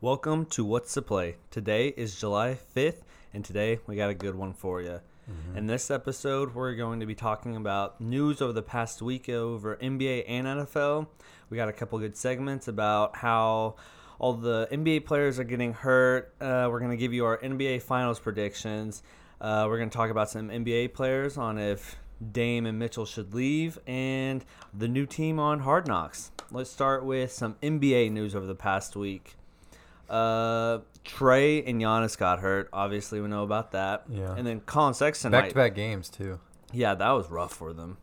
Welcome to What's the Play. Today is July 5th, and today we got a good one for you. In this episode, we're going to be talking about news over the past week over NBA and NFL. We got a couple good segments about how all the NBA players are getting hurt. Uh, we're going to give you our NBA Finals predictions. Uh, we're going to talk about some NBA players on if Dame and Mitchell should leave and the new team on Hard Knocks. Let's start with some NBA news over the past week. Uh, Trey and Giannis got hurt. Obviously, we know about that. Yeah. And then Colin Sexton. Back might- to back games too. yeah, that was rough for them.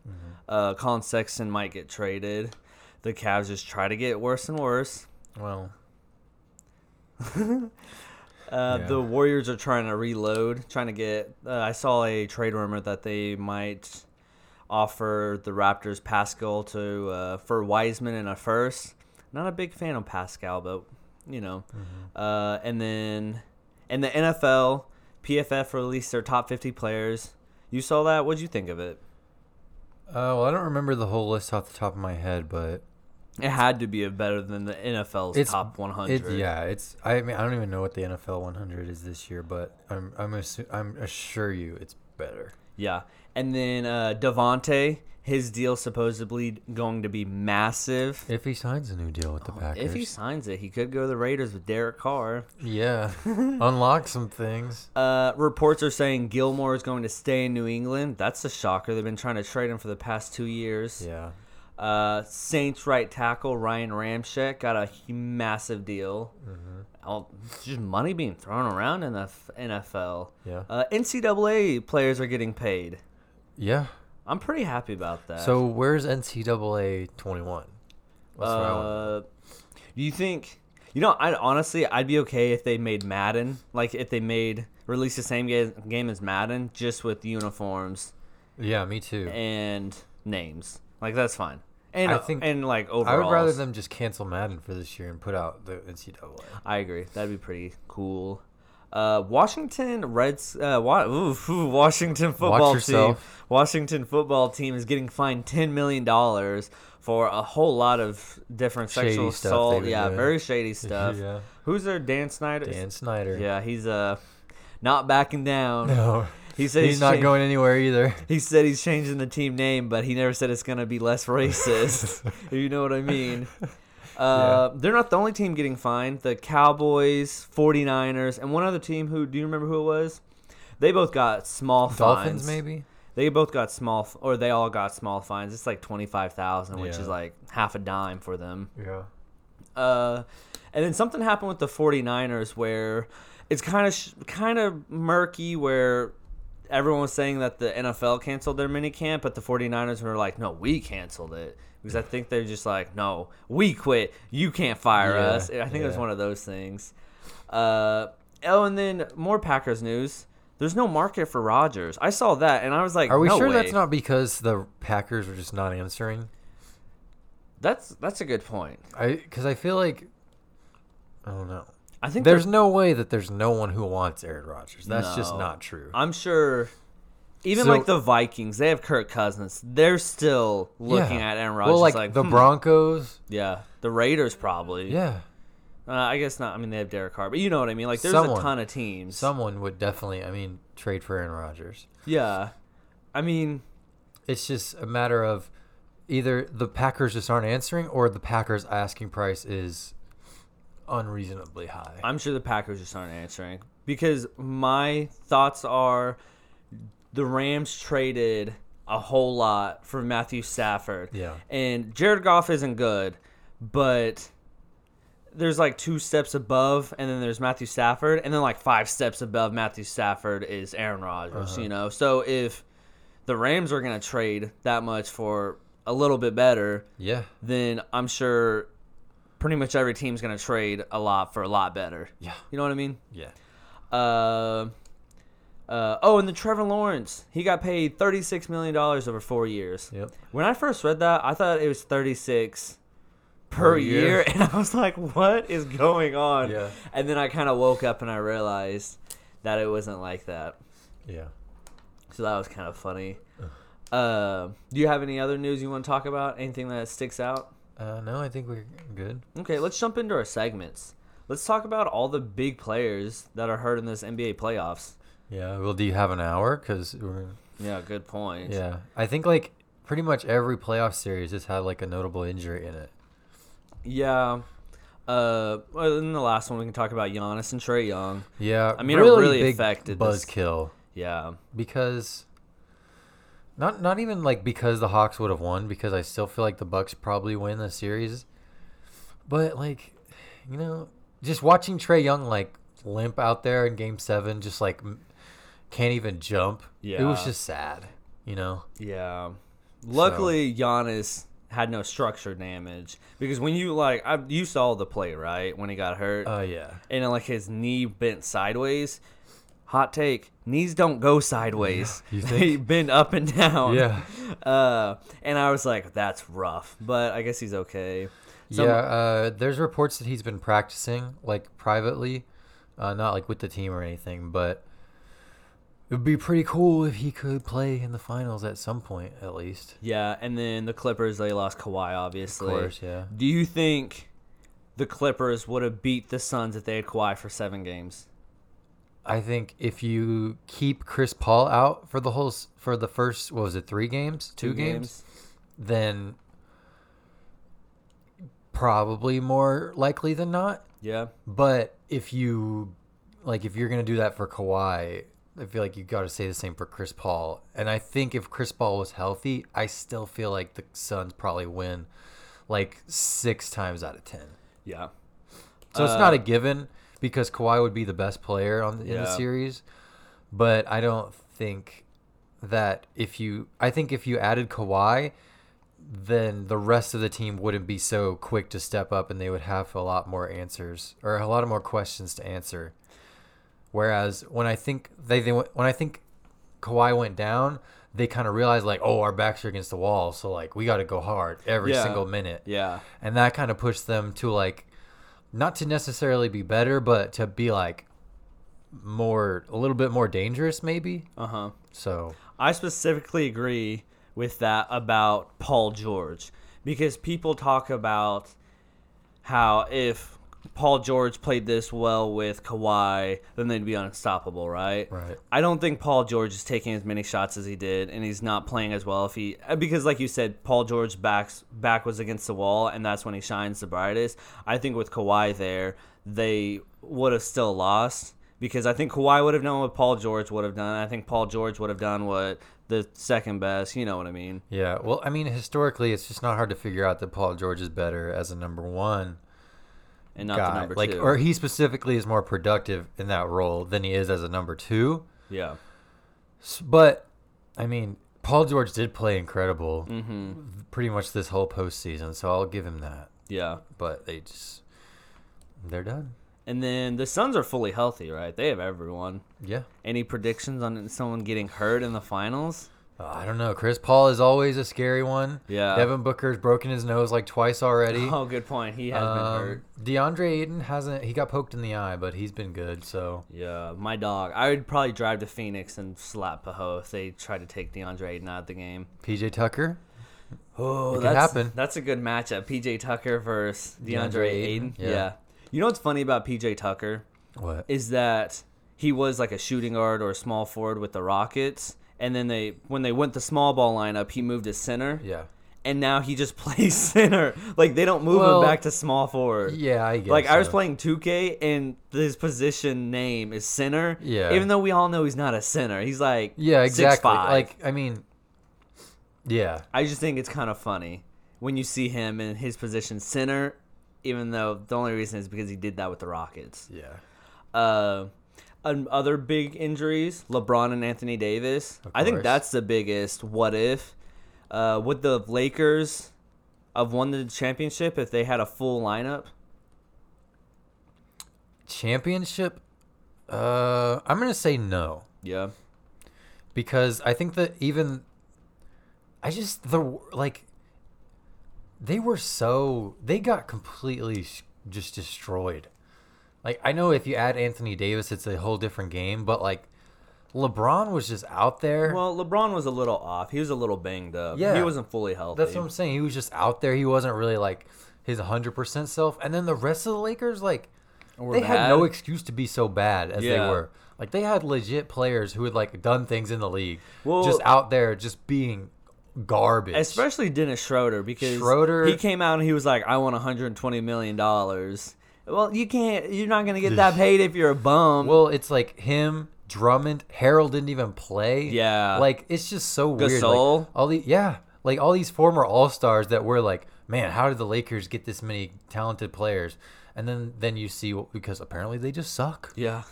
Uh, Colin Sexton might get traded. The Cavs just try to get worse and worse. Well, Uh, Yeah. The Warriors are trying to reload, trying to get. Uh, I saw a trade rumor that they might offer the Raptors Pascal to uh, for Wiseman in a first. Not a big fan of Pascal, but you know. Mm-hmm. Uh, and then in the NFL, PFF released their top 50 players. You saw that? What'd you think of it? uh, well, I don't remember the whole list off the top of my head, but It had to be a better than the NFL's it's top 100. It, yeah, it's. I mean, I don't even know what the NFL 100 is this year, but I'm I'm assu- I'm assure you it's better. Yeah. And then uh, Devontae, his deal supposedly going to be massive. If he signs a new deal with the Packers, If he signs it, he could go to the Raiders with Derek Carr. yeah, unlock some things. Uh, reports are saying Gilmore is going to stay in New England. That's a shocker. They've been trying to trade him for the past two years. Yeah, Uh, Saints right tackle Ryan Ramchek got a hu- massive deal. Mm-hmm. All, just money being thrown around in the f- NFL. Yeah. Uh, NCAA players are getting paid. yeah. I'm pretty happy about that. So where's NCAA 21? That's what I want. Uh, do you think? You know, I honestly, I'd be okay if they made Madden, like if they made release the same game, game as Madden, just with uniforms Yeah, me too. and names. Like that's fine. And I I think think- and like I overall, would rather them just cancel Madden for this year and put out the NCAA. I agree. That'd be pretty cool. Uh, Washington Reds, uh, wa- oof, oof, Washington football team. yourself. Washington football team is getting fined ten million dollars for a whole lot of different Shady sexual stuff assault. they've been Yeah, doing. very shady stuff. Yeah. Who's their Dan Snyder? Dan Snyder. Yeah, he's uh not backing down. No. He said he's, He's not cha- going anywhere either. He said he's changing the team name, but he never said it's gonna be less racist. if you know what I mean? Uh, They're not the only team getting fined. The Cowboys, 49ers, and one other team who do you remember who it was? They both got small Dolphins, fines. maybe? They both got small, f- or they all got small fines. It's like twenty five thousand, which Yeah. is like half a dime for them. Yeah. Uh, and then something happened with the 49ers where it's kind of sh- kind of murky where everyone was saying that the NFL canceled their minicamp, but the 49ers were like, "No, we canceled it." Because I think they're just like, "No, we quit. You can't fire Yeah, us." I think it was yeah. one of those things. Uh, oh, and then more Packers news. There's no market for Rodgers. I saw that and I was like, Are we "No sure way." that's not because the Packers were just not answering? That's that's a good point. I because I feel like I don't know. I think There's no way that there's no one who wants Aaron Rodgers. That's just No. not true. I'm sure. Even So- like the Vikings, they have Kirk Cousins. They're still looking Yeah. at Aaron Rodgers. Well, like, like, the hmm. Broncos. yeah, the Raiders probably. Yeah, Uh, I guess not. I mean, they have Derek Carr, but you know what I mean. Like, there's a Someone. ton of teams. someone would definitely. I mean, trade for Aaron Rodgers. Yeah, I mean, It's just a matter of either the Packers just aren't answering, or the Packers asking price is unreasonably high. I'm sure the Packers just aren't answering because my thoughts are the Rams traded a whole lot for Matthew Stafford. Yeah. And Jared Goff isn't good, but there's like two steps above, and then there's Matthew Stafford, and then like five steps above Matthew Stafford is Aaron Rodgers, you know? So if the Rams are going to trade that much for a little bit better, Yeah. then I'm sure pretty much every team's going to trade a lot for a lot better. Yeah. You know what I mean? Yeah. Uh, uh, oh, and the Trevor Lawrence, he got paid $36 million over four years. Yep. When I first read that, I thought it was 36 per, Per year. year. and I was like, "What is going on?" Yeah. And then I kind of woke up and I realized that it wasn't like that. Yeah. So that was kind of funny. Uh, do you have any other news you want to talk about? Anything that sticks out? Uh, no, I think we're good. Okay, let's jump into our segments. Let's talk about all the big players that are hurt in this NBA playoffs. Yeah. Well, do you have an hour? Because we're Yeah, good point. yeah. I think like pretty much every playoff series has had like a notable injury in it. Yeah. Uh, well, in the last one, we can talk about Giannis and Trey Young. Yeah. I mean, it really affected this- buzzkill Yeah, because not not even like because the Hawks would have won because I still feel like the Bucks probably win the series, but like you know just watching Trey Young like limp out there in Game Seven, just like m- can't even jump. It was Yeah. just sad. You know. yeah. Luckily, Giannis had no structure damage because when you like, I, you saw the play right when he got hurt, Oh yeah. and like his knee bent sideways. Hot take: knees don't go sideways; You they think? bend up and down. Oh, Yeah. Uh, and I was like, "That's rough," but I guess he's okay. Some- yeah, uh, there's reports that he's been practicing like privately, uh, not like with the team or anything. But it would be pretty cool if he could play in the finals at some point, at least. Yeah, and then the Clippers they lost Kawhi Of obviously. course, yeah. Do you think the Clippers would have beat the Suns if they had Kawhi for seven games? I think if you keep Chris Paul out for the whole s- for the first what was it three games, two, games, then probably more likely than not Yeah. But if you like, if you're gonna do that for Kawhi, I feel like you got to say the same for Chris Paul. And I think if Chris Paul was healthy, I still feel like the Suns probably win like six times out of ten. Yeah. So it's Uh, not a given because Kawhi would be the best player on in Yeah. the series. But I don't think that if you, I think if you added Kawhi. Then the rest of the team wouldn't be so quick to step up, and they would have a lot more answers or a lot of more questions to answer. Whereas when I think they, they went, when I think Kawhi went down, they kind of realized like, oh, our backs are against the wall, so like we got to go hard every Yeah. single minute Yeah. and that kind of pushed them to like not to necessarily be better but to be like more a little bit more dangerous maybe Uh huh. so I specifically agree with that about Paul George because people talk about how if Paul George played this well with Kawhi, then they'd be unstoppable, right? Right. I don't think Paul George is taking as many shots as he did, and he's not playing as well if he uh, because, like you said, Paul George's backs back was against the wall, and that's when he shines the brightest. I think with Kawhi there, they would have still lost because I think Kawhi would have known what Paul George would have done. I think Paul George would have done what the second best. You know what I mean? yeah well i mean historically it's just not hard to figure out that paul george is better as a number one And not guy the number like two. or he specifically is more productive in that role than he is as a number two yeah, S- but i mean paul george did play incredible Mm-hmm. pretty much this whole postseason so i'll give him that yeah. but they just they're done And then the Suns are fully healthy, right? They have everyone. yeah Any predictions on someone getting hurt in the finals? Uh, I don't know. Chris Paul is always a scary one. Yeah. Devin Booker's broken his nose like twice already. Oh, good point. He has Um, been hurt. DeAndre Ayton hasn't. He got poked in the eye, but he's been good. So Yeah, my dog. I would probably drive to Phoenix and slap Paho if they tried to take DeAndre Ayton out of the game. PJ Tucker, Oh, could that's, happen. That's a good matchup. PJ Tucker versus DeAndre, DeAndre Ayton. Ayton, Yeah. yeah. You know what's funny about PJ Tucker what? is that he was like a shooting guard or a small forward with the Rockets, and then they when they went the small ball lineup, he moved to center, yeah, and now he just plays center. Like they don't move Well, him back to small forward. yeah. I guess. Like I was so. playing 2K and his position name is center. Yeah. Even though we all know he's not a center, he's like Yeah, exactly. 6'5". Like I mean, yeah, I just think it's kind of funny when you see him in his position center, even though the only reason is because he did that with the Rockets. yeah. Uh, and other big injuries: LeBron and Anthony Davis. I think course. that's the biggest. What if? Uh, would the Lakers have won the championship if they had a full lineup? Championship. Uh, I'm gonna say no. Yeah. because I think that even I just the like they were so they got completely s- just destroyed. Like I know if you add Anthony Davis, it's a whole different game, but like LeBron was just out there. Well, LeBron was a little off. He was a little banged up. Yeah. He wasn't fully healthy. That's what I'm saying. He was just out there. He wasn't really like his 100% self. And then the rest of the Lakers, like Or they had no bad. excuse to be so bad as they Yeah. were. Like they had legit players who had like done things in the league, Well- just out there, just being garbage. Especially Dennis Schroeder because Schroeder- he came out and he was like, "I want 120 million dollars." Well, you can't. You're not gonna get that paid if you're a bum. well, it's like him, Drummond, Harold didn't even play. Yeah. like it's just so weird. Gasol? Like, all the yeah, like all these former All Stars that were like, man, how did the Lakers get this many talented players? And then then you see what- because apparently they just suck. yeah.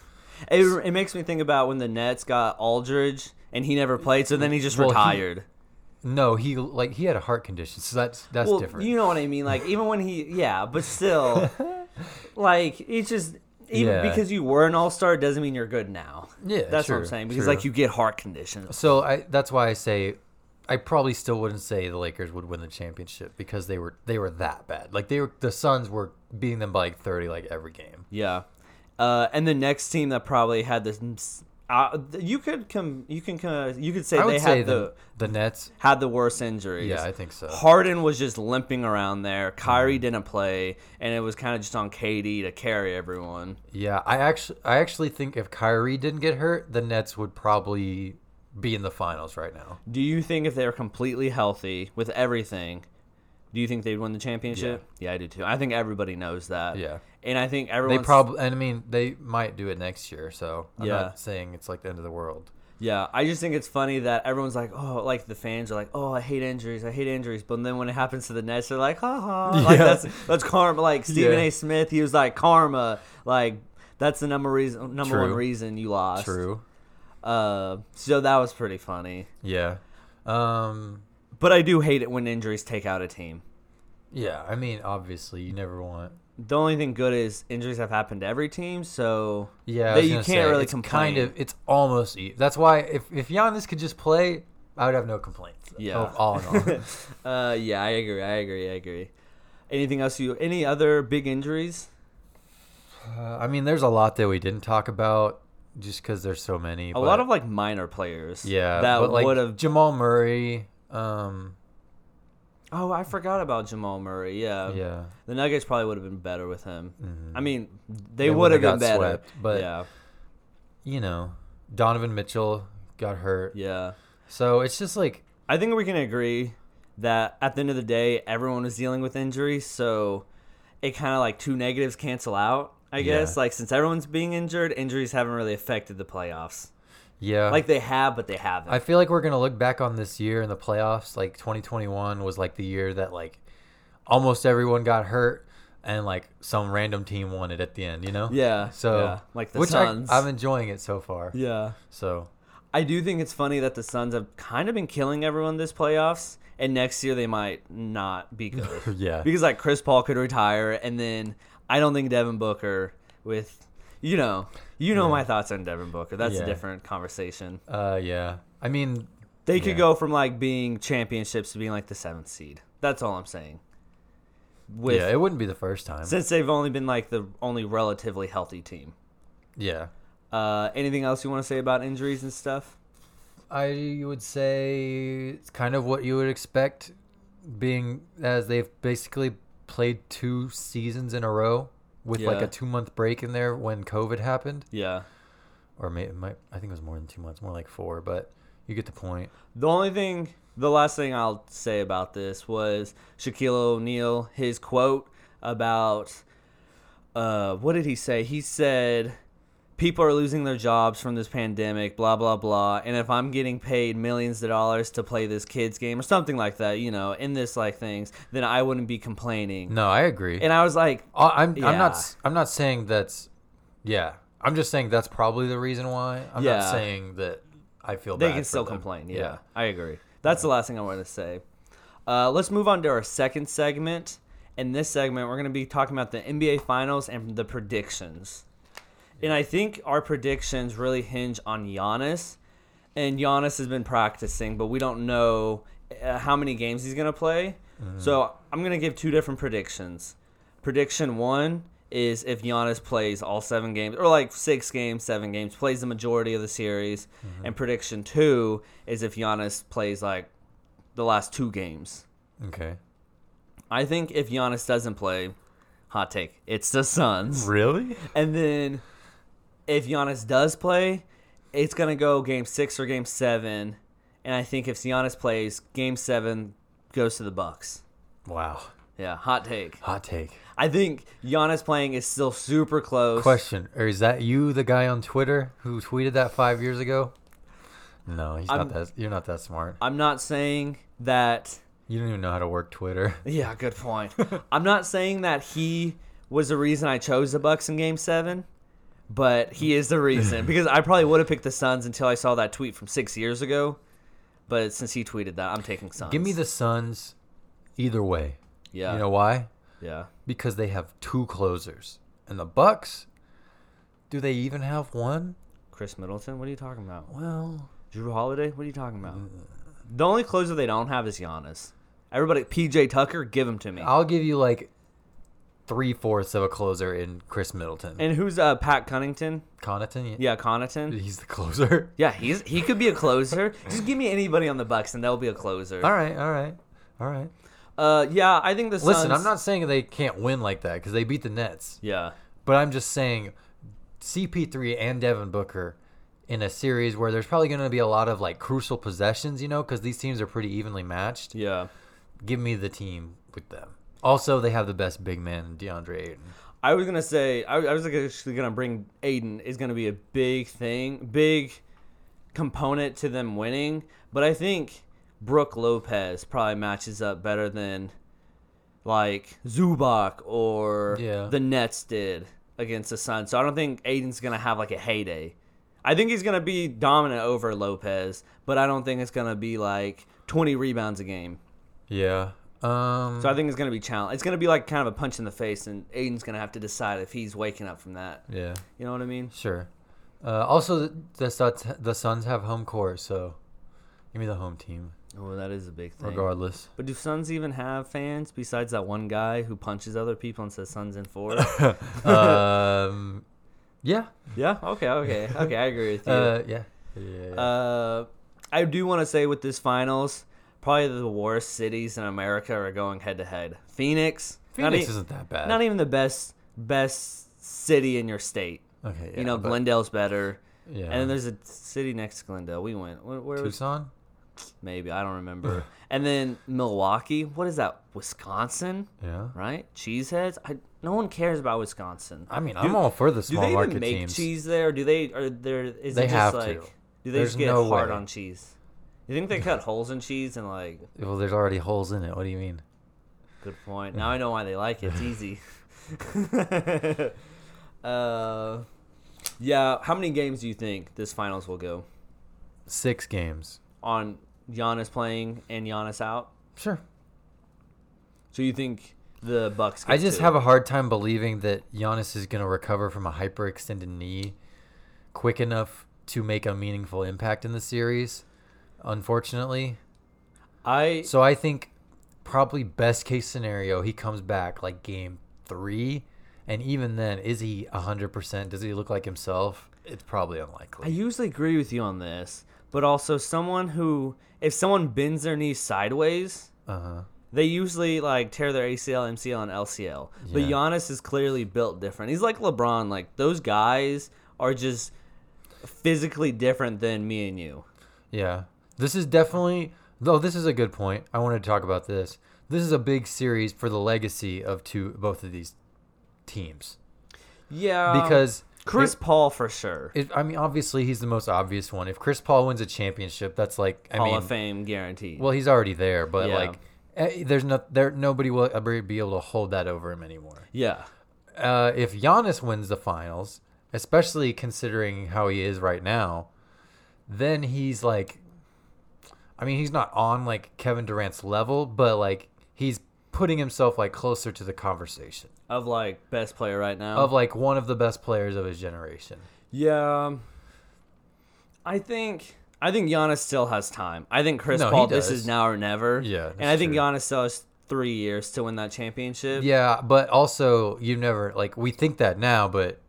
It, it makes me think about when the Nets got Aldridge and he never played, so then he just Well, he- retired. No, he like he had a heart condition, so that's that's well, different. you know what I mean. Like even when he, yeah, but still, like it's just even Yeah. because you were an all star doesn't mean you're good now. Yeah, that's what I'm true, saying because true. like you get heart conditions. So I that's why I say I probably still wouldn't say the Lakers would win the championship because they were they were that bad. Like they were the Suns were beating them by like 30 like every game. Yeah, uh, and the next team that probably had this, uh, you could come, you can come, you could say I they would say had the the, the Nets. had the worst injuries. Yeah, I think so. Harden was just limping around there. Kyrie didn't play, and it was kind of just on KD to carry everyone. Yeah, I actually I actually think if Kyrie didn't get hurt, the Nets would probably be in the finals right now. Do you think if they were completely healthy with everything, do you think they'd win the championship? Yeah, I do too. I think everybody knows that. Yeah. and I think They everyone. probably and I mean they might do it next year, so I'm Yeah. not saying it's like the end of the world. Yeah, I just think it's funny that everyone's like, oh, like the fans are like, oh, I hate injuries, I hate injuries, but then when it happens to the Nets, they're like, ha ha, like Yeah. that's that's karma. Like Stephen Yeah. A. Smith, he was like karma, like that's the number reason, number one True. reason you lost. True. Uh, so that was pretty funny. Yeah. Um But I do hate it when injuries take out a team. yeah, I mean obviously you never want The only thing good is injuries have happened to every team, so Yeah, I they- was you gonna can't say, really it's complain. Kind of, it's almost. E- that's why if if Giannis could just play, I would have no complaints. Yeah. Oh, all in all. uh, yeah, I agree, I agree, I agree. Anything else? You any other big injuries? Uh, I mean, there's a lot that we didn't talk about just because there's so many. A lot of like minor players. yeah, that but, like, would have. Jamal Murray. Um, Oh, I forgot about Jamal Murray. Yeah, yeah, mm-hmm. The Nuggets probably would have been better with him. I mean, they, They would have been would've got better. swept, but- yeah, you know, Donovan Mitchell got hurt, yeah. so it's just like I think we can agree that at the end of the day, everyone was dealing with injuries, so it kind of like two negatives cancel out. I Yeah. guess like since everyone's being injured, injuries haven't really affected the playoffs. yeah, Like they have, but they haven't. I feel like we're gonna look back on this year in the playoffs. Like 2021 was like the year that like almost everyone got hurt, and like some random team won it at the end. You know? yeah. So yeah. like the which Suns. I, I'm enjoying it so far. yeah. So I do think it's funny that the Suns have kind of been killing everyone this playoffs, and next year they might not be good. Yeah. because like Chris Paul could retire, and then I don't think Devin Booker with, you know, you know my thoughts on Devin Booker. That's Yeah. a different conversation. uh, yeah, I mean They could Yeah. go from like being championships to being like the seventh seed. That's all I'm saying. With yeah, it wouldn't be the first time. since they've only been like the only relatively healthy team. yeah, Uh, anything else you want to say about injuries and stuff? I would say it's kind of what you would expect, being as they've basically played two seasons in a row with like Yeah. a two month break in there when COVID happened. Yeah. or may, it might, I think it was more than two months, more like four, but you get the point. The only thing, the last thing I'll say about this was Shaquille O'Neal, his quote about, uh, what did he say? He said, people are losing their jobs from this pandemic, blah, blah, blah. And if I'm getting paid millions of dollars to play this kid's game or something like that, you know, in this like things, then I wouldn't be complaining. No, I agree. And I was like, I, I'm I'm Yeah. not s- I'm not saying that's yeah. I'm just saying that's probably the reason why. I'm Yeah. not saying that I feel they bad can for still them. complain. Yeah, I agree. That's the last thing I wanted to say. Uh, let's move on to our second segment. In this segment, we're going to be talking about the NBA Finals and the predictions. And I think our predictions really hinge on Giannis. And Giannis has been practicing, but we don't know uh, how many games he's going to play. So I'm going to give two different predictions. Prediction one is if Giannis plays all seven games, or like six games, seven games, plays the majority of the series. And prediction two is if Giannis plays like the last two games. Okay. I think if Giannis doesn't play, Hot take. It's the Suns. Really? And then if Giannis does play, it's going to go game six or game seven. And I think if Giannis plays, game seven goes to the Bucks. Wow. Yeah, hot take. Hot take. I think Giannis playing is still super close. Question: Or is that you, the guy on Twitter who tweeted that five years ago? No, he's I'm- not that. You're not that smart. I'm not saying that. You don't even know how to work Twitter. Yeah, good point. I'm not saying that he was the reason I chose the Bucks in Game Seven, but he is the reason because I probably would have picked the Suns until I saw that tweet from six years ago. But since he tweeted that, I'm taking Suns. Give me the Suns, either way. yeah, You know why? yeah. Because they have two closers, and the Bucks. Do they even have one? Chris Middleton, what are you talking about? Well, Drew Holiday, what are you talking about? The only closer they don't have is Giannis. Everybody, PJ Tucker, give him to me. I'll give you like three fourths of a closer in Chris Middleton. And who's uh, Pat Cunnington? Connaughton, Yeah, Connaughton. he's the closer. Yeah, he's he could be a closer. Just give me anybody on the Bucks, and they'll be a closer. All right, all right, all right. Uh, yeah, I think the Suns. Listen, I'm not saying they can't win like that because they beat the Nets, Yeah, but I'm just saying CP3 and Devin Booker in a series where there's probably going to be a lot of like crucial possessions, you know, because these teams are pretty evenly matched. yeah. Give me the team with them. Also, they have the best big man, DeAndre Ayton. I was gonna say I, I was actually gonna bring Aiden is gonna be a big thing, big component to them winning. But I think Brooke Lopez probably matches up better than like Zubac or Yeah. the Nets did against the Suns. So I don't think Aiden's gonna have like a heyday. I think he's gonna be dominant over Lopez, but I don't think it's gonna be like 20 rebounds a game. Yeah. Um, So I think it's gonna be challenge. It's gonna be like kind of a punch in the face, and Aiden's gonna have to decide if he's waking up from that. yeah, You know what I mean? sure. Uh, also, the, the Suns- the Suns have home court, so give me the home team, Oh, that is a big thing. regardless. But do Suns even have fans besides that one guy who punches other people and says Suns in four? um, yeah, yeah. Okay. Okay. Okay. I agree with you. uh, yeah, yeah, yeah, yeah. Uh, I do want to say with this finals, probably the worst cities in America are going head to head. Phoenix. not Phoenix e- isn't that bad. not even the best best city in your state. okay, yeah, e- you know, but- Glendale's better. Yeah. And then there's a city next to Glendale. We went. Where, where was Tucson. maybe I don't remember. and then Milwaukee. What is that? Wisconsin, Yeah. right? Cheeseheads. I, no one cares about Wisconsin. I mean, Do- I'm all for the Do small they even market make teams. cheese there? Do they? Are there? Is They it just have to. like? Do they There's just get no hard way. on cheese? You think they cut holes in cheese and like? Well, there's already holes in it. What do you mean? Good point. Now I know why they like it. It's easy. uh, yeah. How many games do you think this finals will go Six games. on? Giannis playing and Giannis out. Sure. So you think the Bucks? Get I just two? have a hard time believing that Giannis is going to recover from a hyperextended knee quick enough to make a meaningful impact in the series. Unfortunately, I So I think probably best case scenario, he comes back like game three, and even then, is he hundred percent? Does he look like himself? It's probably I unlikely. usually agree with you on this, but also someone who, if someone bends their knee sideways, Uh huh. they usually like tear their ACL, MCL, and LCL. But Yeah. Giannis is clearly built different. He's like LeBron. Like those guys are just physically different than me and you. Yeah. This is definitely though. This is a good point. I wanted to talk about this. This is a big series for the legacy of two both of these teams Yeah, because Chris Paul for sure, it, I mean obviously he's the most obvious one. If Chris Paul wins a championship, that's like I Hall mean of Fame guaranteed. Well, he's already there, but Yeah. like, eh, there's no there nobody will ever be able to hold that over him anymore. yeah, Uh, if Giannis wins the finals, especially considering how he is right now, then he's like, I mean, he's not on like Kevin Durant's level, but like he's putting himself like closer to the conversation of like best player right now. of like one of the best players of his generation. Yeah. um, I think I think Giannis still has time. I think Chris No, he Paul this does. is now or never. Yeah, And I that's think true. Giannis still has three years to win that championship. Yeah, Yeah, but also you never like we think that now, but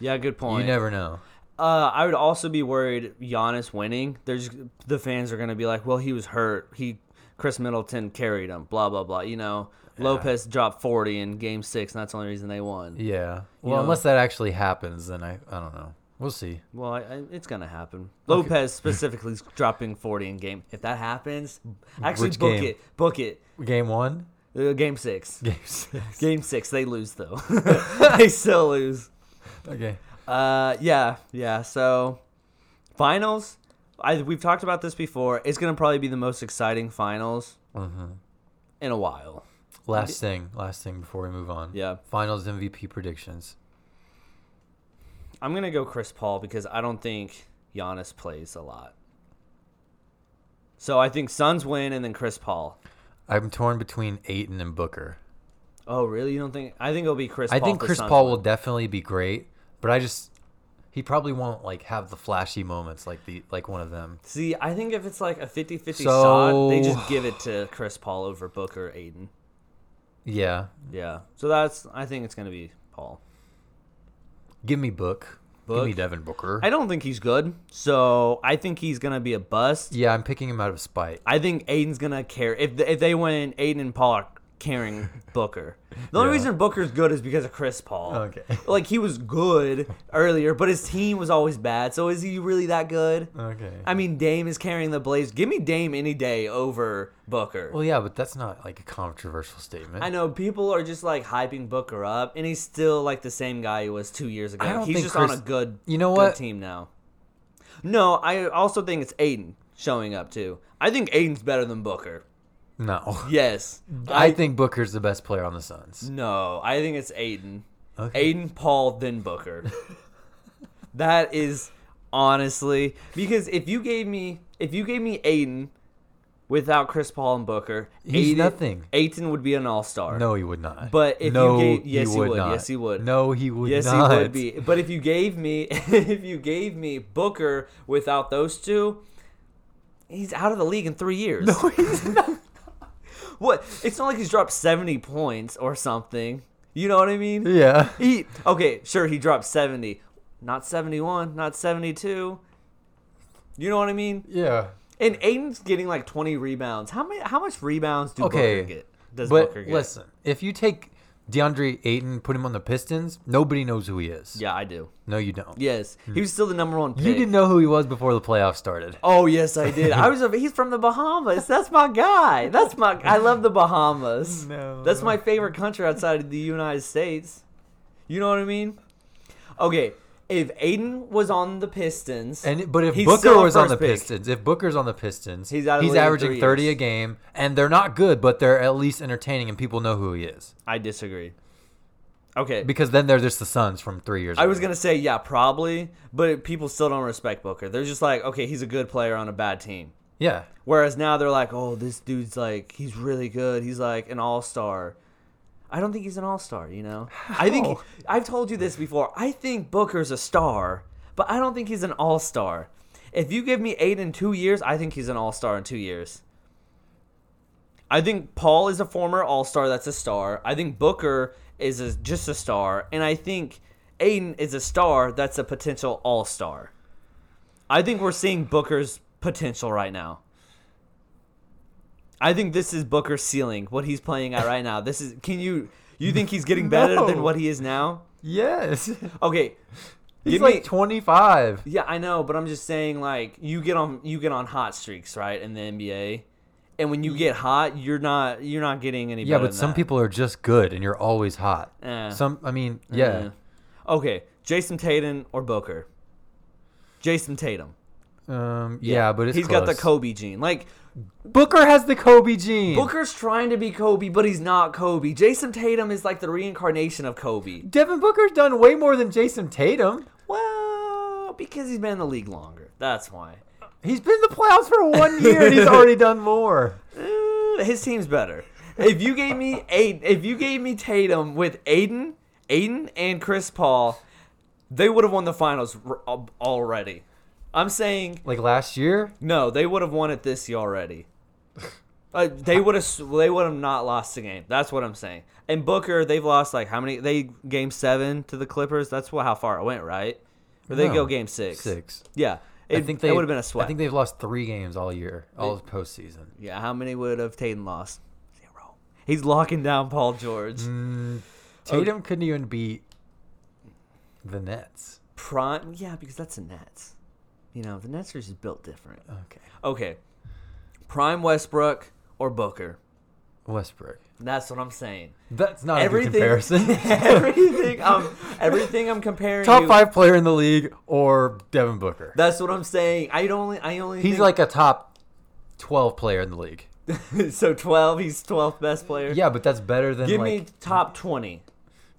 good you point. never know. uh, I would also be worried Giannis winning. There's the fans are gonna be like, Well, he was hurt. He Chris Middleton carried him, blah blah blah. You know, Lopez dropped 40 in Game Six, and that's the only reason they won. Yeah. Well, know- unless that actually happens, then I I don't know. We'll see. Well, I, I, it's gonna happen. Lopez specifically is dropping 40 in game. If that happens, actually Which book game? it, book it. Game one, Uh, game six. game six. Game six, they lose though. they still lose. Okay. Uh, yeah, yeah. So, finals. I we've talked about this before. It's gonna probably be the most exciting finals Mm-hmm. in a while. Last thing, last thing before we move on. Yeah. Finals MVP predictions. I'm gonna go Chris Paul because I don't think Giannis plays a lot. So I think Suns win and then Chris Paul. I'm torn between Aiton and Booker. Oh really? You don't think? I think it'll be Chris. I Paul think for Chris Suns Paul win. will definitely be great, but I just he probably won't like have the flashy moments like the like one of them. See, I think if it's like a 50-50 shot, So- they just give it to Chris Paul over Booker Aiden. Yeah. Yeah. So that's I think it's gonna be Paul. Give me Book. Give me Book? Devin Booker. I don't think he's good, so I think he's gonna be a bust. yeah, I'm picking him out of spite. I think Aiden's gonna carry if if they win. Aiden and Paul are carrying Booker. The only Yeah. reason Booker's good is because of Chris Paul. Okay. Like he was good earlier, but his team was always bad. So is he really that good? Okay. I mean, Dame is carrying the Blaze. Give me Dame any day over Booker. well, yeah, but that's not like a controversial statement. I know people are just like hyping Booker up, and he's still like the same guy he was two years ago. I don't he's think just on Chris- a good, You know good what? team now. No, I also think it's Aiden showing up too. I think Aiden's better than Booker. No. Yes, I think Booker's the best player on the Suns. no. I think it's Aiden. Okay. Aiden Paul then Booker. that is honestly because if you gave me if you gave me Aiden without Chris Paul and Booker, He's Aiden, nothing. Aiton would be an all star. No, he would not. But if you no, gave- yes, he would. not. Yes, he would. No, he would Yes, not. he would be. But if you gave me, if you gave me Booker without those two, he's out of the league in three years. No, he's not. what? It's not like he's dropped seventy points or something. You know what I mean? Yeah. He okay, sure, he dropped seventy, not seventy-one, not seventy-two. You know what I mean? Yeah. And Aiden's getting like twenty rebounds. How many? How much rebounds do Okay, Booker get? Does but Booker get? listen, if you take DeAndre Ayton, put him on the Pistons, nobody knows who he is. Yeah, I do. No, you don't. Yes, he was still the number one. Pick. Hmm. You didn't know who he was before the playoffs started. Oh yes, I did. I was. He's from the Bahamas. That's my guy. That's my. I love the Bahamas. No. That's my favorite country outside of the United States. You know what I mean? Okay, if Aiden was on the Pistons, And but if he's Booker still our was on the first pick. Pistons, if Booker's on the Pistons, He's he's, out of the league in three averaging thirty years. a game, and they're not good, but they're at least entertaining, and people know who he is I disagree. Okay, because then they're just the Suns from three years. I was ago. gonna say yeah, probably, but people still don't respect Booker. They're just like, okay, he's a good player on a bad team. yeah, Whereas now they're like, oh, this dude's like, he's really good. He's like an all star. I don't think he's an all star, you know? I think, How? I've told you this before. I think Booker's a star, but I don't think he's an all star. If you give me eight in two years, I think he's an all star in two years. I think Paul is a former all star that's a star. I think Booker is a, just a star. And I think Aiden is a star that's a potential all star. I think we're seeing Booker's potential right now. I think this is Booker's ceiling, what he's playing at right now. This is can you you think he's getting better than No. what he is now? yes, Okay. he's Give like me twenty five. Yeah, I know, but I'm just saying like you get on you get on hot streaks, right, in the NBA. And when you get hot, you're not you're not getting any Yeah, better but than some that. people are just good, and you're always hot. Eh. Some, I mean, yeah. Okay, Jason Tatum or Booker? Jason Tatum. Um, yeah, but it's Mm-hmm. he's got the close. Kobe gene. Like Booker has the Kobe gene. Booker's trying to be Kobe, but he's not Kobe. Jason Tatum is like the reincarnation of Kobe. Devin Booker's done way more than Jason Tatum. Well, because he's been in the league longer. That's why. He's been in the playoffs for one year and he's already done more. Uh, his team's better. If you gave me Aiden, if you gave me Tatum with Aiden, Aiden and Chris Paul, they would have won the finals r- al- already. I'm saying Like last year, no, they would have won it this year already. Uh, they would have they would have not lost the game. That's what I'm saying. And Booker, they've lost like how many? They game seven to the Clippers. That's what, how far it went, right? Or they No. go game six. six. Yeah. It, I think they would have been a sweat. I think they've lost three games all year, all postseason. yeah, how many would have Tatum lost? Zero. He's locking down Paul George. Oh, Mm. Tatum couldn't even beat the Nets. Prime, yeah, because that's the Nets. You know, the Nets are just built different. Okay, Okay, prime Westbrook or Booker. Westbrook. That's what I'm saying. That's not Everything- a good comparison. everything I'm, everything I'm comparing. Top you- five player in the league or Devin Booker. That's what I'm saying. I only, I only. He's think- like a top twelve player in the league. so 12. He's 12th best player. Yeah, but that's better than Give like me top 20.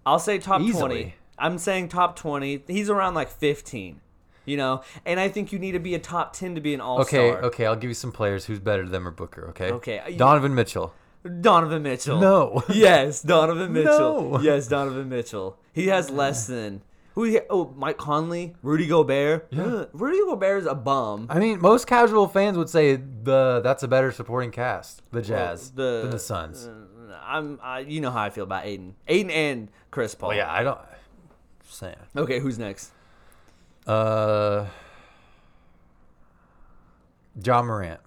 I'll say top 20. Easily. I'm saying top 20. He's around like 15. You know, and I think you need to be a top 10 to be an all okay, star. okay. I'll give you some players who's better than or Booker. Okay, Okay, I- Donovan Mitchell. Donovan Mitchell. No. Yes, Donovan Mitchell. No. Yes, Donovan Mitchell. He has less than who? He, oh, Mike Conley, Rudy Gobert. Ugh, Rudy Gobert is a bum. I mean, most casual fans would say the that's a better supporting cast, the Jazz, the- than the Suns. I'm. I, you know how I feel about Aiden. Aiden and Chris Paul. well, Oh, yeah, I don't. Just saying. Okay, who's next? Uh, John Morant.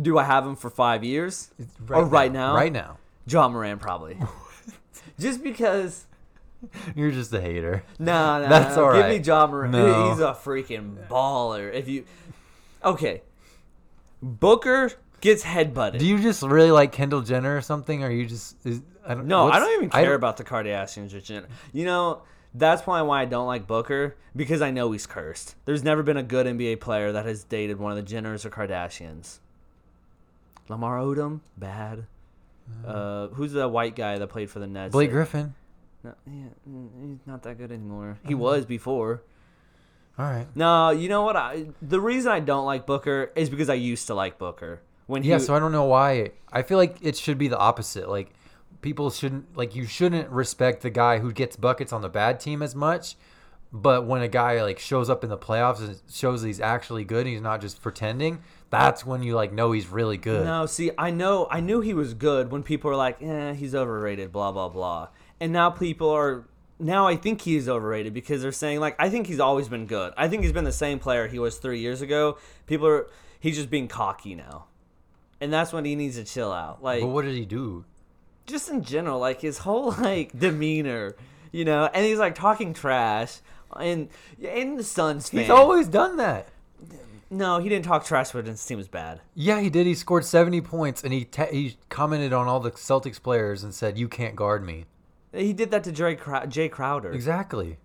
Do I have him for five years or Oh, right now? Right now. John Moran probably. Just because. You're just a hater. No, no, That's no. all Give me right. John Moran. No. He's a freaking baller. If you, okay, Booker gets headbutted. Do you just really like Kendall Jenner or something? Or you just is, I don't no, I what's- don't even care don't- about the Kardashians or Jenner. You know, that's probably why I don't like Booker because I know he's cursed. There's never been a good NBA player that has dated one of the Jenners or Kardashians. Lamar Odom, bad. Uh, who's the white guy that played for the Nets? Mm. Blake that- Griffin. No, yeah, mm, he's not that good anymore. Mm-hmm. He was before. All right. No, you know what? I the reason I don't like Booker is because I used to like Booker when he. Yeah, so I don't know why. I feel like it should be the opposite. Like people shouldn't like you shouldn't respect the guy who gets buckets on the bad team as much. But when a guy like shows up in the playoffs and shows that he's actually good and he's not just pretending, that's when you like know he's really good. no, see, I know, I knew he was good when people were like, "Eh, he's overrated," blah blah blah, and now people are. Now I think he is overrated because they're saying like I think he's always been good. I think he's been the same player he was three years ago. People are he's just being cocky now, and that's when he needs to chill out. Like But what did he do? just in general, like his whole like demeanor, you know, and he's like talking trash and in the Suns fan. He's always done that. no, he didn't talk trash, but his team was bad. Yeah, he did. He scored 70 points and he te- he commented on all the Celtics players and said, "You can't guard me." He did that to Jay, Crow- Jay Crowder. Exactly.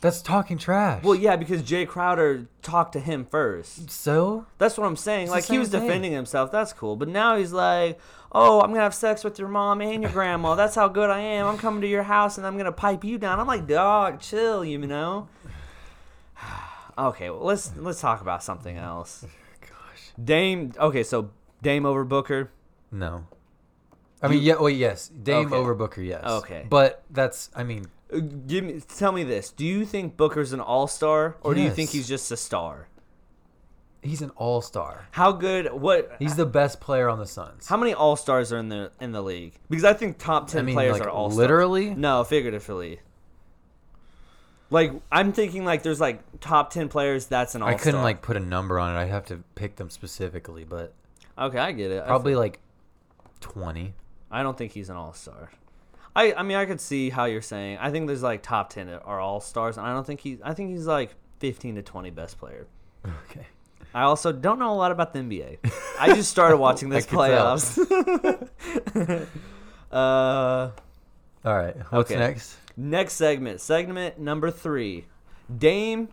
That's talking trash. Well, yeah, because Jay Crowder talked to him first. so That's what I'm saying. like the he was same thing. defending himself. That's cool. But now he's like, "Oh, I'm gonna have sex with your mom and your grandma. That's how good I am. I'm coming to your house and I'm gonna pipe you down." I'm like, "Dog, chill," you know. okay, well, let's let's talk about something else. gosh. Dame. Okay, so Dame over Booker. No. I mean, yeah. Wait, yes. Dame Okay. over Booker, yes. Okay. But that's, I mean, Uh, Give me, tell me this: Do you think Booker's an All Star, or do you think Yes. he's just a star? he's an all star. How good? What? He's the best player on the Suns. How many All Stars are in the in the league? Because I think top ten I mean, players like, are All Stars. literally? No, figuratively. Like I'm thinking, like there's like top ten players. That's an All I Star. couldn't, like, put a number on it. I'd have to pick them specifically, but Okay, I get it. I probably, thi- like, 20. I, don't think he's an All Star. I I mean I could see how you're saying. I think there's like top ten are All Stars, and I don't think he's. I think he's like fifteen to twenty best player. Okay. I also don't know a lot about the NBA. I just started watching this could tell. playoffs. uh, All right. What's Okay. next? next segment, segment number three, Dame,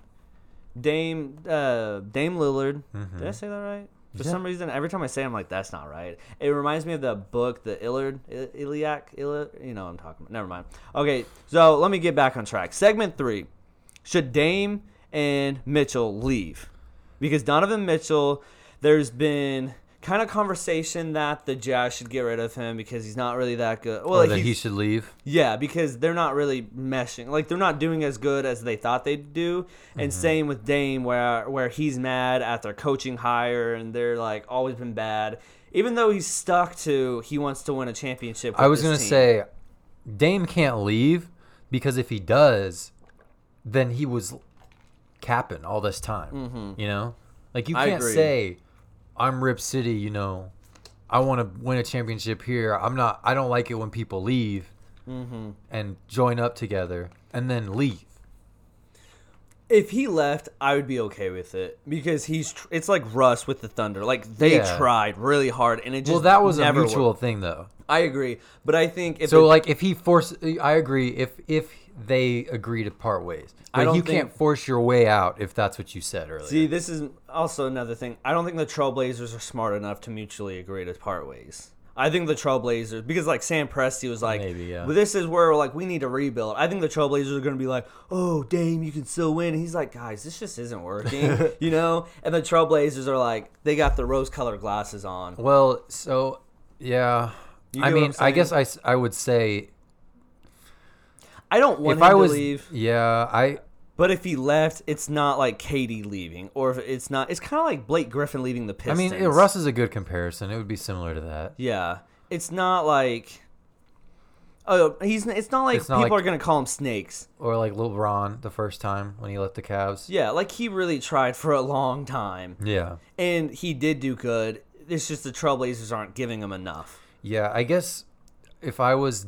Dame, uh, Dame Lillard. Did I say that right? For Mm-hmm. Yeah. some reason, every time I say, it, I'm like, "That's not right." It reminds me of the book, the Illard, I- Iliac, Illard. You know what I'm talking about. Never mind. Okay, so let me get back on track. Segment three: Should Dame and Mitchell leave? because Donovan Mitchell, there's been kind of conversation that the Jazz should get rid of him because he's not really that good. Well, or that he's- he should leave? yeah, because they're not really meshing. Like they're not doing as good as they thought they'd do. And Mm-hmm. same with Dame, where where he's mad at their coaching hire and they're like always been bad. Even though he's stuck to he wants to win a championship. I with was this going to team. say Dame can't leave because if he does, then he was capping all this time. You know, like you Mm-hmm. I can't agree. say I'm Rip City. You know, I want to win a championship here. I'm not. I don't like it when people leave Mm-hmm. and join up together and then leave. If he left, I would be okay with it because he's. Tr- it's like Russ with the Thunder. Like they Yeah. tried really hard, and it just Well, that was a never mutual worked. thing though. I agree, but I think if So it- like if he force I agree if if they agree to part ways. I But don't you think- can't force your way out if that's what you said earlier. See, this is also another thing. I don't think the Trailblazers are smart enough to mutually agree to part ways. I think the Trailblazers, because like Sam Presti was like, Maybe, yeah. well, this is where like we need to rebuild. I think the Trailblazers are going to be like, oh, Dame, you can still win. And he's like, guys, this just isn't working, you know. And the Trailblazers are like, they got the rose-colored glasses on. Well, so yeah. You I get what mean, I'm I guess I, s- I would say I don't want if him I was to leave, yeah, I but if he left, it's not like Katie leaving, or if it's not, it's kind of like Blake Griffin leaving the I Pistons. mean, yeah, Russ is a good comparison. It would be similar to that. Yeah, it's not like. Oh, he's. It's not like It's not people like- are gonna call him snakes. Or like LeBron the first time when he left the Cavs. Yeah, like he really tried for a long time, Yeah. and he did do good. It's just the Trailblazers aren't giving him enough. Yeah, I guess if I was,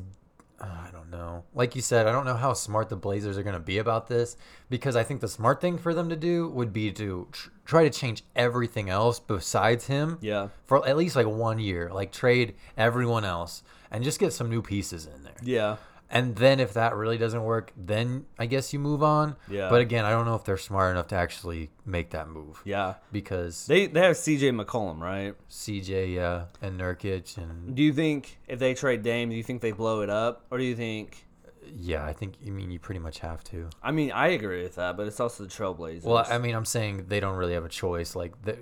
uh, I don't know. Like you said, I don't know how smart the Blazers are going to be about this because I think the smart thing for them to do would be to tr- try to change everything else besides him. Yeah. For at least like one year, like trade everyone else and just get some new pieces in there. Yeah. And then if that really doesn't work, then I guess you move on. Yeah. But again, I don't know if they're smart enough to actually make that move. Yeah. Because They they have C.J. McCollum, right? CJ uh, and Nurkic and Do you think if they trade Dame, do you think they blow it up, or do you think? yeah, I think I mean you pretty much have to. I mean, I agree with that, but it's also the Trailblazers. Well, I mean, I'm saying they don't really have a choice. Like the,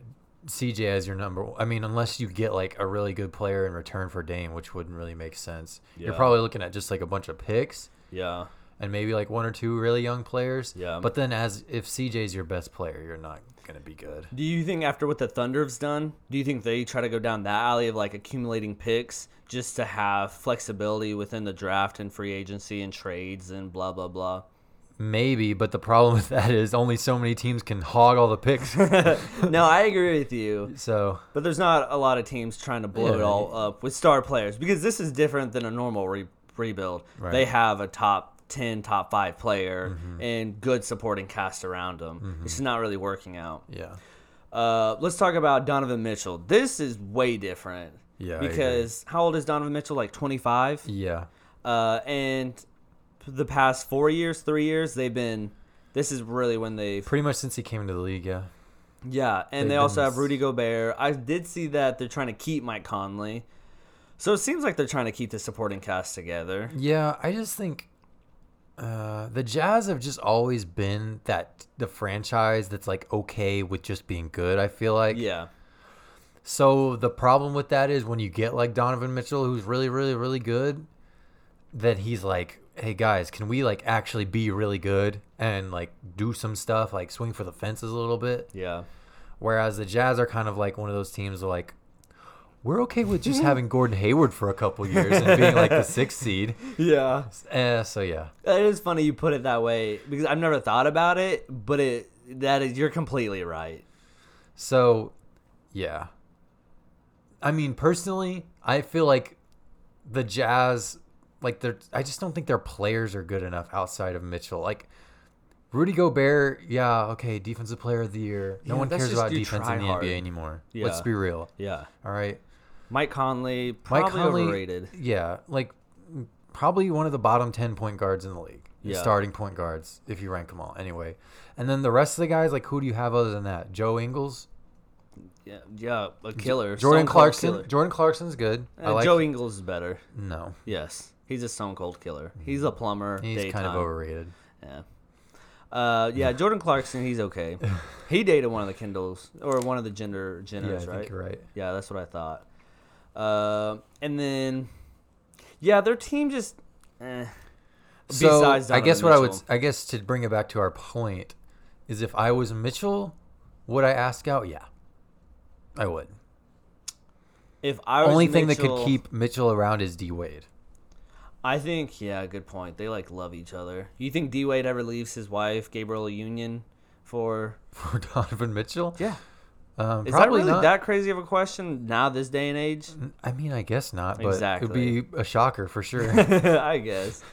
CJ as your number. I mean, unless you get like a really good player in return for Dame, which wouldn't really make sense. You're Yeah. probably looking at just like a bunch of picks yeah, and maybe like one or two really young players. Yeah. But then as if CJ's your best player, you're not gonna be good. Do you think after what the Thunder's done, do you think they try to go down that alley of like accumulating picks just to have flexibility within the draft and free agency and trades and blah blah blah? Maybe, but the problem with that is only so many teams can hog all the picks. no, I agree with you, so but there's not a lot of teams trying to blow it Yeah. all up with star players because this is different than a normal re- rebuild. Right. Mm-hmm. They have a top 10, top 5 player and good supporting cast around them. It's not really working out. yeah, Uh, let's talk about Donovan Mitchell. This is way different. Yeah, I agree. Because how old is Donovan Mitchell? Like 25? yeah. Uh, and p- the past four years, three years, they've been. This is really when they've. Pretty much since he came into the league, yeah. Yeah, and they They've also been have s- Rudy Gobert. I did see that they're trying to keep Mike Conley. So it seems like they're trying to keep the supporting cast together. Yeah, I just think uh, the Jazz have just always been that the franchise that's like okay with just being good. I feel like. Yeah. So the problem with that is when you get like Donovan Mitchell, who's really, really, really good, then he's like, "Hey guys, can we like actually be really good and like do some stuff, like swing for the fences a little bit?" Yeah. Whereas the Jazz are kind of like one of those teams like. We're okay with just having Gordon Hayward for a couple years and being like the sixth seed. Yeah. Uh, so yeah, It is funny you put it that way because I've never thought about it, but it that is you're completely right. So, yeah. I mean, personally, I feel like the Jazz, like they're, I just don't think their players are good enough outside of Mitchell. Like Rudy Gobert, yeah, okay, defensive player of the year. No Yeah, one that's cares just about you defense try in the hard. NBA anymore. Let's Yeah. be real. Yeah. All right, Mike Conley probably Conley- overrated. yeah, like probably one of the bottom 10 point guards in the league. Yeah. Starting point guards, if you rank them all, anyway. And then the rest of the guys, like, who do you have other than that? Joe Ingles? Yeah, yeah, a killer. Jordan Stone Cold Clarkson. killer. Jordan Clarkson's good. I Uh, like. Joe Ingles is better. no, Yes, he's a stone cold killer. He's a plumber. Mm-hmm. he's daytime. kind of overrated. Yeah. Uh, yeah, Jordan Clarkson, he's okay. he dated one of the Kindles or one of the gender Yeah, I Jenners, think right? you're right. Yeah, that's what I thought. Uh, and then, yeah, their team just. Eh. So Besides I guess Donovan what I would. Mitchell. I guess to bring it back to our point is if I was Mitchell, would I ask out? Yeah, I would. If I was Only thing that could Mitchell- keep Mitchell around is D Wade. I think, yeah, good point. They like love each other. You think D Wade ever leaves his wife Gabriel Union for for Donovan Mitchell? yeah. Um, Is probably that really not. that crazy of a question now this day and age? I mean, I guess not, but Exactly. it'd be a shocker for sure. I guess.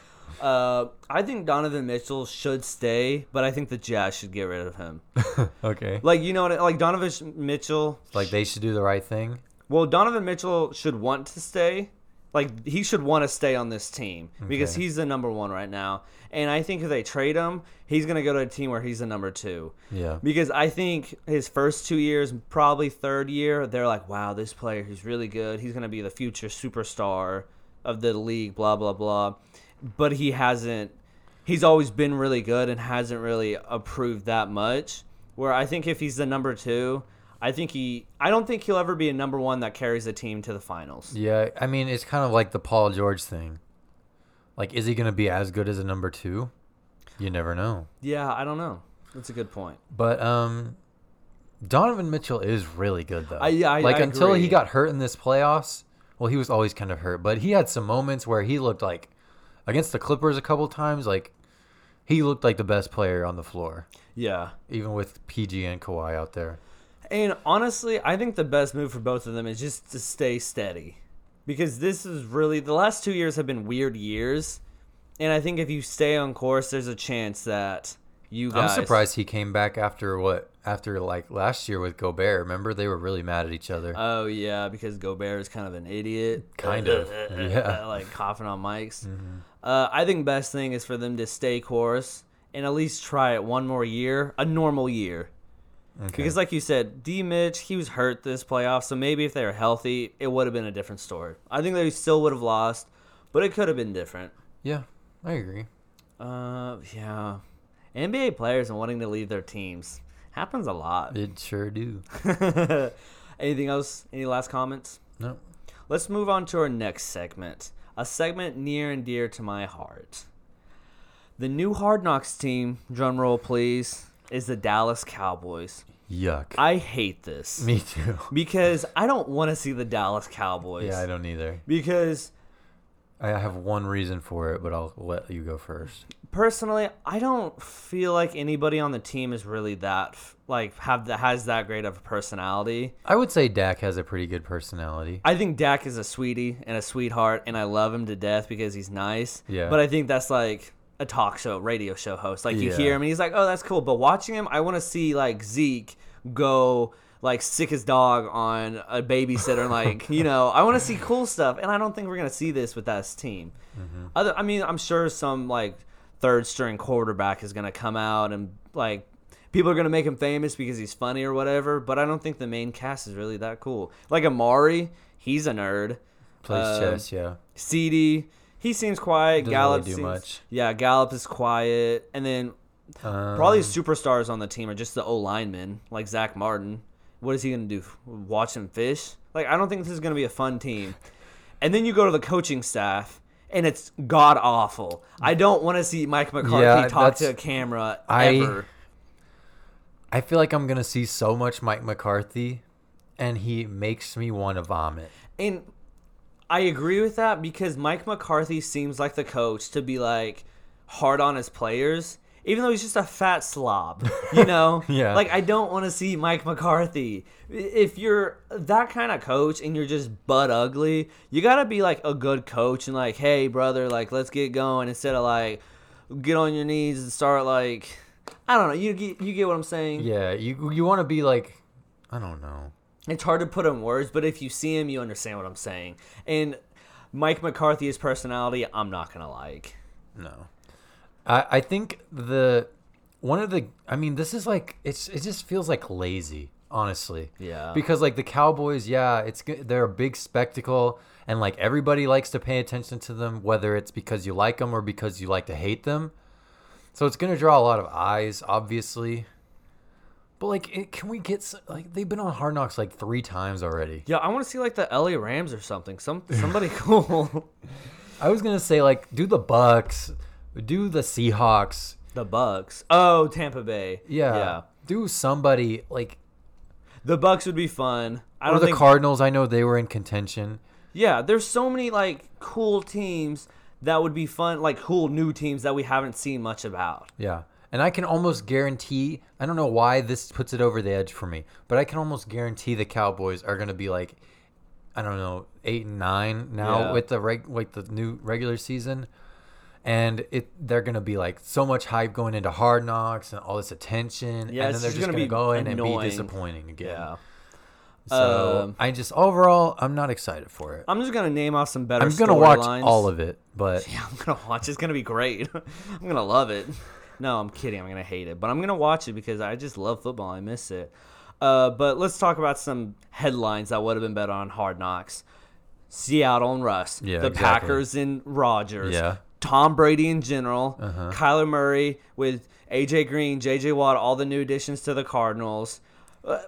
Uh, I think Donovan Mitchell should stay, but I think the Jazz should get rid of him. okay. Like you know what? I- Like Donovan Mitchell. Like they should do the right thing. Well, Donovan Mitchell should want to stay. Like he should want to stay on this team because Okay. he's the number one right now, and I think if they trade him, he's gonna go to a team where he's the number two. Yeah. Because I think his first two years, probably third year, they're like, wow, this player, he's really good. He's going to be the future superstar of the league, blah, blah, blah. But he hasn't, he's always been really good and hasn't really approved that much. Where I think if he's the number two, I think he, I don't think he'll ever be a number one that carries a team to the finals. Yeah. I mean, it's kind of like the Paul George thing. Like, is he going to be as good as a number two? You never know. Yeah, I don't know. That's a good point. But um, Donovan Mitchell is really good though. I- yeah, I- like I until agree. he got hurt in this playoffs. Well, he was always kind of hurt, but he had some moments where he looked like against the Clippers a couple times. Like he looked like the best player on the floor, Yeah. even with PG and Kawhi out there. And honestly, I think the best move for both of them is just to stay steady. Because this is really the last two years have been weird years. And I think if you stay on course, there's a chance that you guys I'm surprised he came back after what after like last year with Gobert. Remember they were really mad at each other. Oh yeah, because Gobert is kind of an idiot. Uh, Kind of, yeah. Mm-hmm. Like coughing on mics. Uh, I think best thing is for them to stay course and at least try it one more year, a normal year. Because like you said, D Mitch, he was hurt this playoff, so maybe if they were healthy, it would have been a different story. I think they still would have lost, but it could have been different. yeah, I agree. Uh, yeah. NBA players and wanting to leave their teams happens a lot. It sure do. Anything else? Any last comments? No, Let's move on to our next segment, a segment near and dear to my heart. The new Hard Knocks team, drumroll please, is the Dallas Cowboys. yuck. I hate this Me too. because I don't want to see the Dallas Cowboys. Yeah, I don't either. because I have one reason for it, but I'll let you go first. personally, I don't feel like anybody on the team is really that f- like have that has that great of a personality. I would say Dak has a pretty good personality. I think Dak is a sweetie and a sweetheart, and I love him to death because he's nice. Yeah. But I think that's like a talk show, radio show host. Like you Yeah. hear him, and he's like, "Oh, that's cool." But watching him, I want to see like Zeke go like sick his dog on a babysitter, and like you know, I want to see cool stuff, and I don't think we're gonna see this with this team. Mm-hmm. Other, I mean, I'm sure some like third string quarterback is gonna come out and like. People are gonna make him famous because he's funny or whatever, but I don't think the main cast is really that cool. Like Amari, he's a nerd. Plays Uh, chess, yeah. CD. He seems quiet. Doesn't Gallup really do seems, much. Yeah, Gallup is quiet, and then Um, probably superstars on the team are just the O linemen, like Zach Martin. What is he gonna do? Watch him fish? Like I don't think this is gonna be a fun team. And then you go to the coaching staff, and it's god awful. I don't want to see Mike McCarthy Yeah, talk that's- to a camera I- ever. I feel like I'm gonna see so much Mike McCarthy, and he makes me want to vomit. And I agree with that because Mike McCarthy seems like the coach to be like hard on his players, even though he's just a fat slob. You know? Yeah. Like I don't want to see Mike McCarthy. I- If you're that kind of coach and you're just butt ugly, you gotta be like a good coach and like, hey brother, like let's get going instead of like get on your knees and start like I don't know. You get you get what I'm saying? Yeah, you you want to be like, I don't know. it's hard to put in words, but if you see him, you understand what I'm saying. And Mike McCarthy's personality, I'm not gonna like. No, I I think the one of the I mean this is like it's it just feels like lazy honestly. Yeah. Because like the Cowboys, yeah, it's g- they're a big spectacle, and like everybody likes to pay attention to them, whether it's because you like them or because you like to hate them. So it's gonna draw a lot of eyes, obviously. But like, it, can we get s- like they've been on Hard Knocks like three times already? Yeah, I want to see like the LA Rams or something. Some somebody cool. I was gonna say like do the Bucks, do the Seahawks, the Bucks. Oh, Tampa Bay. yeah, do somebody like The Bucks would be fun. I or don't the think. Cardinals. I know they were in contention. yeah, there's so many like cool teams that would be fun, like cool new teams that we haven't seen much about. Yeah. And I can almost guarantee, I don't know why this puts it over the edge for me, but I can almost guarantee the Cowboys are going to be like, I don't know, eight and nine now Yeah. with the reg, like the new regular season. And it, they're gonna be like so much hype going into Hard Knocks and all this Yeah, attention, and it's then they're just just gonna gonna, be go in and annoying. be disappointing again. Yeah. So Um, I just overall, I'm not excited for it. I'm just gonna name off some better. I'm gonna watch storylines. all of it, but Yeah, I'm gonna watch. It's gonna be great. I'm gonna love it. No, I'm kidding. I'm gonna hate it, but I'm gonna watch it because I just love football. I miss it. Uh, but let's talk about some headlines that would have been better on Hard Knocks. Seattle and Russ. Yeah, the exactly. Packers and Rodgers. Yeah. Uh-huh. Tom Brady in general. Kyler Murray with AJ Green, JJ Watt, all the new additions to the Cardinals.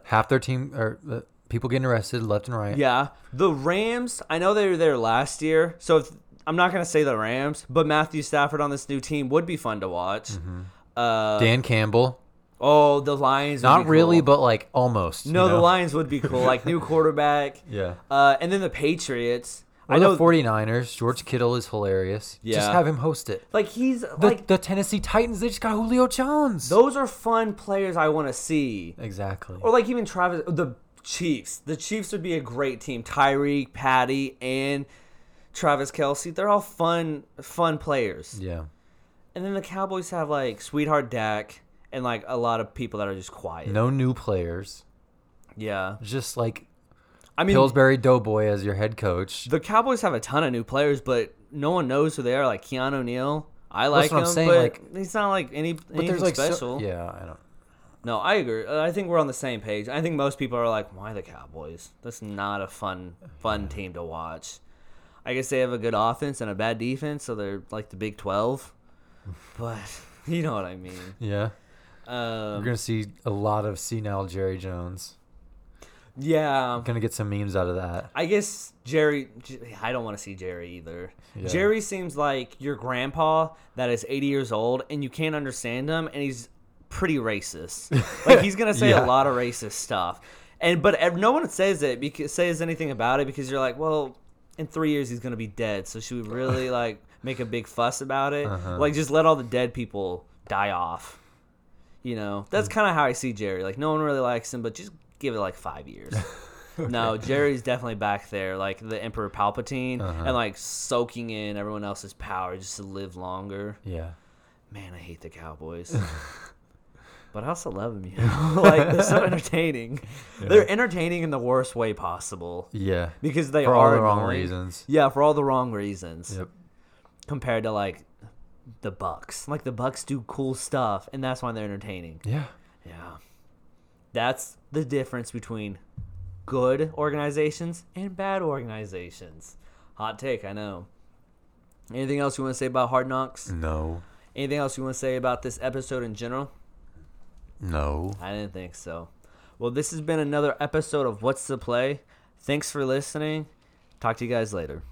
half their team or uh, people getting arrested left and right. Yeah. The Rams, I know they were there last year. So if, I'm not going to say the Rams, but Matthew Stafford on this new team would be fun to watch. Mm-hmm. Uh, Dan Campbell, oh, the Lions. would not be really, cool. but like almost. No, you the know? Lions would be cool. Like, new quarterback. Yeah. Uh, and then the Patriots. Or I know. the 49ers. George Kittle is hilarious. Just Yeah. have him host it. like, he's. The, like, the Tennessee Titans, they just got Julio Jones. those are fun players I want to see. exactly. Or, like, even Travis. The Chiefs. The Chiefs would be a great team. Tyreek, Patty, and Travis Kelsey. They're all fun, fun players. yeah. And then the Cowboys have like Sweetheart Dak and like a lot of people that are just quiet. No new players. Yeah. Just like I mean, Pillsbury Doughboy as your head coach. the Cowboys have a ton of new players, but no one knows who they are. Like Keanu Neal. I like what I'm him, saying, but like- he's not like any but anything there's like so- special. yeah, I don't. No, I agree. Uh, I think we're on the same page. I think most people are like, "Why the Cowboys? That's not a fun fun team to watch." I guess they have a good offense and a bad defense, so they're like the Big Twelve. But you know what I mean. Yeah. We're Um, going to see a lot of senile Jerry Jones. yeah, Going to get some memes out of that. I guess Jerry. J- I don't want to see Jerry either. Yeah. Jerry seems like your grandpa that is 80 years old and you can't understand him, and he's pretty racist. like he's gonna say Yeah. a lot of racist stuff, and but ev- no one says it because says anything about it because you're like, well, in three years he's gonna be dead, so should we really like make a big fuss about it? Uh-huh. Like just let all the dead people die off. You know, that's Mm. kind of how I see Jerry. Like no one really likes him, but just give it like five years. No, Jerry's definitely back there, like the Emperor Palpatine, Uh-huh. and like soaking in everyone else's power just to live longer. Yeah. Man, I hate the Cowboys. but I also love them, you know? like, they're so entertaining. They're entertaining in the worst way possible Yeah. because they For all are the wrong annoying. reasons. Yeah, for all the wrong reasons. Yep. Compared to like the Bucks. Like, the Bucks do cool stuff, and that's why they're entertaining. Yeah. Yeah. That's the difference between good organizations and bad organizations. Hot take, I know. Anything else you want to say about Hard Knocks? No. Anything else you want to say about this episode in general? No. I didn't think so. Well, this has been another episode of What's the Play. Thanks for listening. Talk to you guys later.